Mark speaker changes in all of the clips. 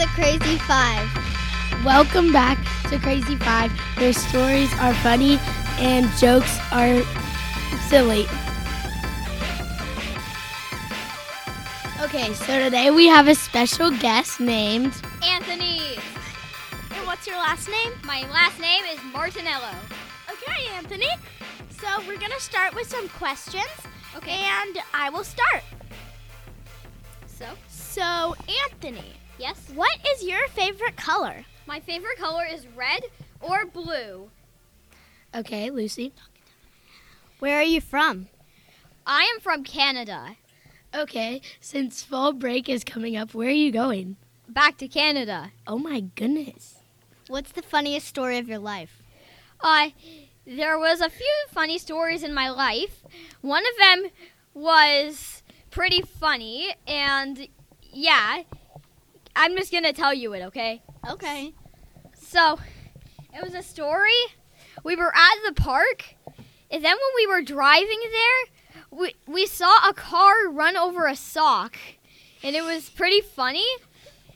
Speaker 1: the Crazy Five.
Speaker 2: Welcome back to Crazy Five, where stories are funny and jokes are silly. Okay, so today we have a special guest named.
Speaker 3: Anthony.
Speaker 4: And what's your last name?
Speaker 3: My last name is Martinello.
Speaker 4: Okay, Anthony. So we're going to start with some questions. Okay. And I will start.
Speaker 3: So,
Speaker 4: So, Anthony,
Speaker 3: yes,
Speaker 4: what is your favorite color?
Speaker 3: my favorite color is red or blue.
Speaker 2: Okay, Lucy.
Speaker 1: Where are you from?
Speaker 3: I am from Canada.
Speaker 2: Okay, since fall break is coming up, where are you going?
Speaker 3: Back to Canada.
Speaker 2: Oh my goodness.
Speaker 1: What's the funniest story of your life?
Speaker 3: Uh, there was a few funny stories in my life. One of them was pretty funny, and yeah, I'm just gonna tell you it, okay?
Speaker 4: Okay.
Speaker 3: So, it was a story. We were at the park, and then when we were driving there, we, we saw a car run over a sock, and it was pretty funny.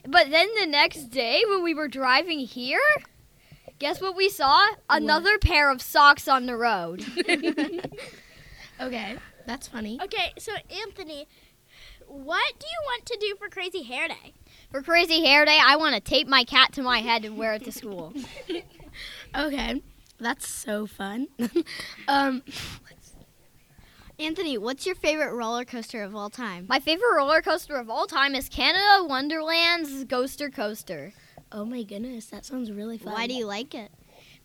Speaker 3: But then the next day, when we were driving here, guess what we saw? Another pair of socks on the road.
Speaker 2: Okay, that's funny.
Speaker 4: Okay, so Anthony, what do you want to do for Crazy Hair Day?
Speaker 3: For Crazy Hair Day, I want to tape my cat to my head and wear it to school.
Speaker 2: Okay, that's so fun. um,
Speaker 1: Anthony, what's your favorite roller coaster of all time?
Speaker 3: My favorite roller coaster of all time is Canada Wonderland's Ghoster Coaster.
Speaker 2: oh my goodness, that sounds really fun.
Speaker 1: Why do you like it?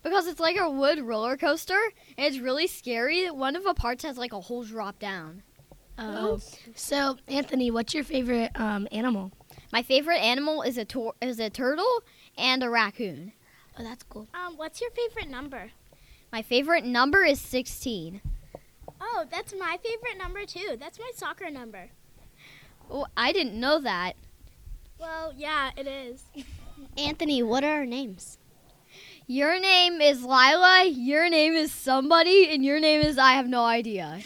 Speaker 3: Because it's like a wood roller coaster, and it's really scary. One of the parts has like a whole drop down.
Speaker 2: Oh. So, Anthony, what's your favorite um, animal?
Speaker 3: My favorite animal is a tor- is a turtle and a raccoon.
Speaker 2: Oh, that's cool.
Speaker 4: Um, what's your favorite number?
Speaker 3: My favorite number is 16.
Speaker 4: Oh, that's my favorite number too. That's my soccer number.
Speaker 3: Oh, I didn't know that.
Speaker 4: Well, yeah, it is.
Speaker 1: Anthony, what are our names?
Speaker 3: Your name is Lila, your name is somebody, and your name is I have no idea.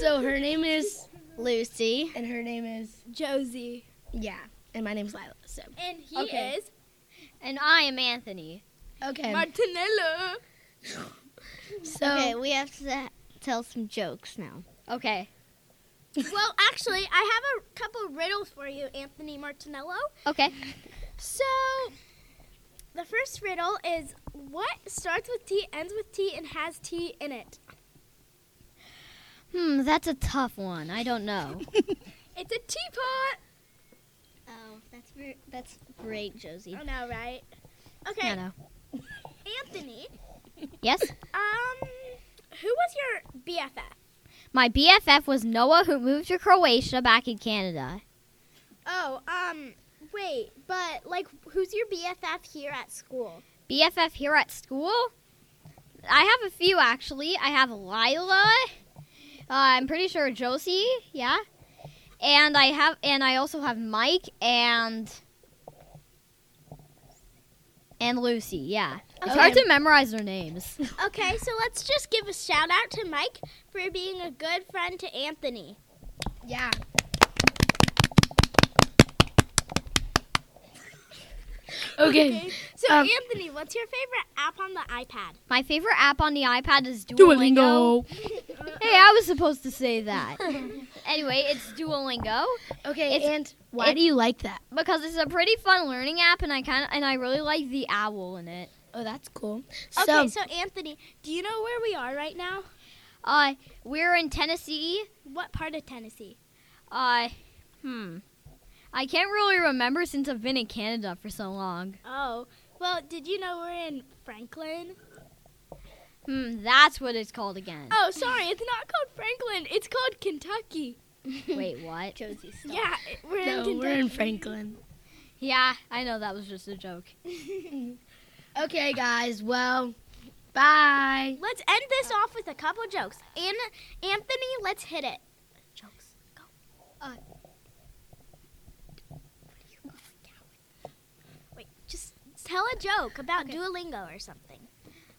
Speaker 2: So, her name is,
Speaker 1: Lucy.
Speaker 2: and her name is,
Speaker 4: Josie.
Speaker 2: yeah, and my name's Lila. So,
Speaker 4: And he
Speaker 3: Okay.
Speaker 4: is
Speaker 3: And I am Anthony.
Speaker 2: okay.
Speaker 4: Martinello.
Speaker 2: so,
Speaker 1: Okay, we have to tell some jokes now.
Speaker 3: Okay.
Speaker 4: well, actually, I have a couple riddles for you, Anthony Martinello.
Speaker 3: Okay.
Speaker 4: So, the first riddle is what starts with T, ends with T, and has T in it?
Speaker 3: Hmm, that's a tough one. I don't know.
Speaker 4: It's a teapot.
Speaker 1: Oh, that's that's great, Josie.
Speaker 4: I know, Oh, right? Okay,
Speaker 3: I know.
Speaker 4: Anthony.
Speaker 3: Yes?
Speaker 4: Um, who was your BFF?
Speaker 3: My BFF was Noah, who moved to Croatia back in Canada.
Speaker 4: Oh, um, wait, but like, who's your BFF here at school?
Speaker 3: BFF here at school? I have a few actually. I have Lila. Uh, I'm pretty sure Josie, yeah. And I have and I also have Mike and and Lucy, yeah. It's hard to memorize their names.
Speaker 4: Okay, so let's just give a shout out to Mike for being a good friend to Anthony.
Speaker 2: yeah. Okay.
Speaker 4: So,
Speaker 2: Um,
Speaker 4: Anthony, what's your favorite app on the iPad?
Speaker 3: My favorite app on the iPad is Duolingo. Hey, I was supposed to say that. anyway, it's Duolingo.
Speaker 2: Okay,
Speaker 3: It's-
Speaker 2: and why
Speaker 3: it-
Speaker 2: do you like that?
Speaker 3: Because it's a pretty fun learning app and I kinda and I really like the owl in it.
Speaker 2: Oh, that's cool.
Speaker 4: Okay, so Anthony, do you know where we are right now?
Speaker 3: Uh we're in Tennessee.
Speaker 4: What part of Tennessee?
Speaker 3: Uh, hmm. I can't really remember since I've been in Canada for so long.
Speaker 4: Oh, well, did you know we're in Franklin?
Speaker 3: Hmm, that's what it's called again.
Speaker 4: Oh, sorry, it's not called Franklin. It's called Kentucky.
Speaker 3: Wait, what?
Speaker 1: Josie, stop.
Speaker 4: Yeah, we're in
Speaker 2: no,
Speaker 4: Kentucky.
Speaker 2: we're in Franklin.
Speaker 3: Yeah, I know that was just a joke.
Speaker 2: Okay, guys. Well, bye.
Speaker 4: Let's end this off with a couple jokes. And Anthony, let's hit it. Jokes. Go.
Speaker 3: Uh.
Speaker 4: Wait, just tell a joke about Duolingo or something.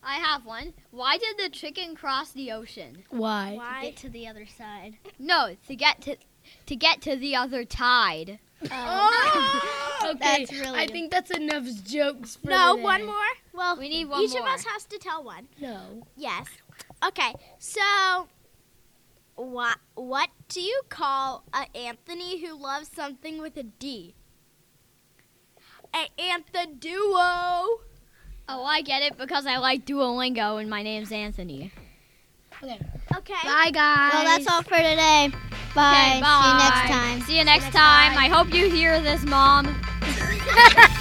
Speaker 3: I have one. Why did the chicken cross the ocean?
Speaker 2: Why?
Speaker 4: Why?
Speaker 1: Get to the other side.
Speaker 3: No, to get to to get to the other tide.
Speaker 4: Oh.
Speaker 2: Okay,
Speaker 1: That's really
Speaker 2: I
Speaker 1: good.
Speaker 2: think that's enough jokes for
Speaker 4: No,
Speaker 2: today.
Speaker 4: one more. Well,
Speaker 3: We need one
Speaker 4: each
Speaker 3: more.
Speaker 4: of us has to tell one.
Speaker 2: No.
Speaker 4: Yes. Okay. So, what what do you call a Anthony who loves something with a D? A Antha duo.
Speaker 3: Oh, I get it because I like Duolingo and my name's Anthony.
Speaker 4: Okay.
Speaker 2: Bye, guys.
Speaker 1: Well, that's all for today. Bye.
Speaker 3: Okay,
Speaker 1: See you next time.
Speaker 3: See you next time. I hope you hear this, Mom.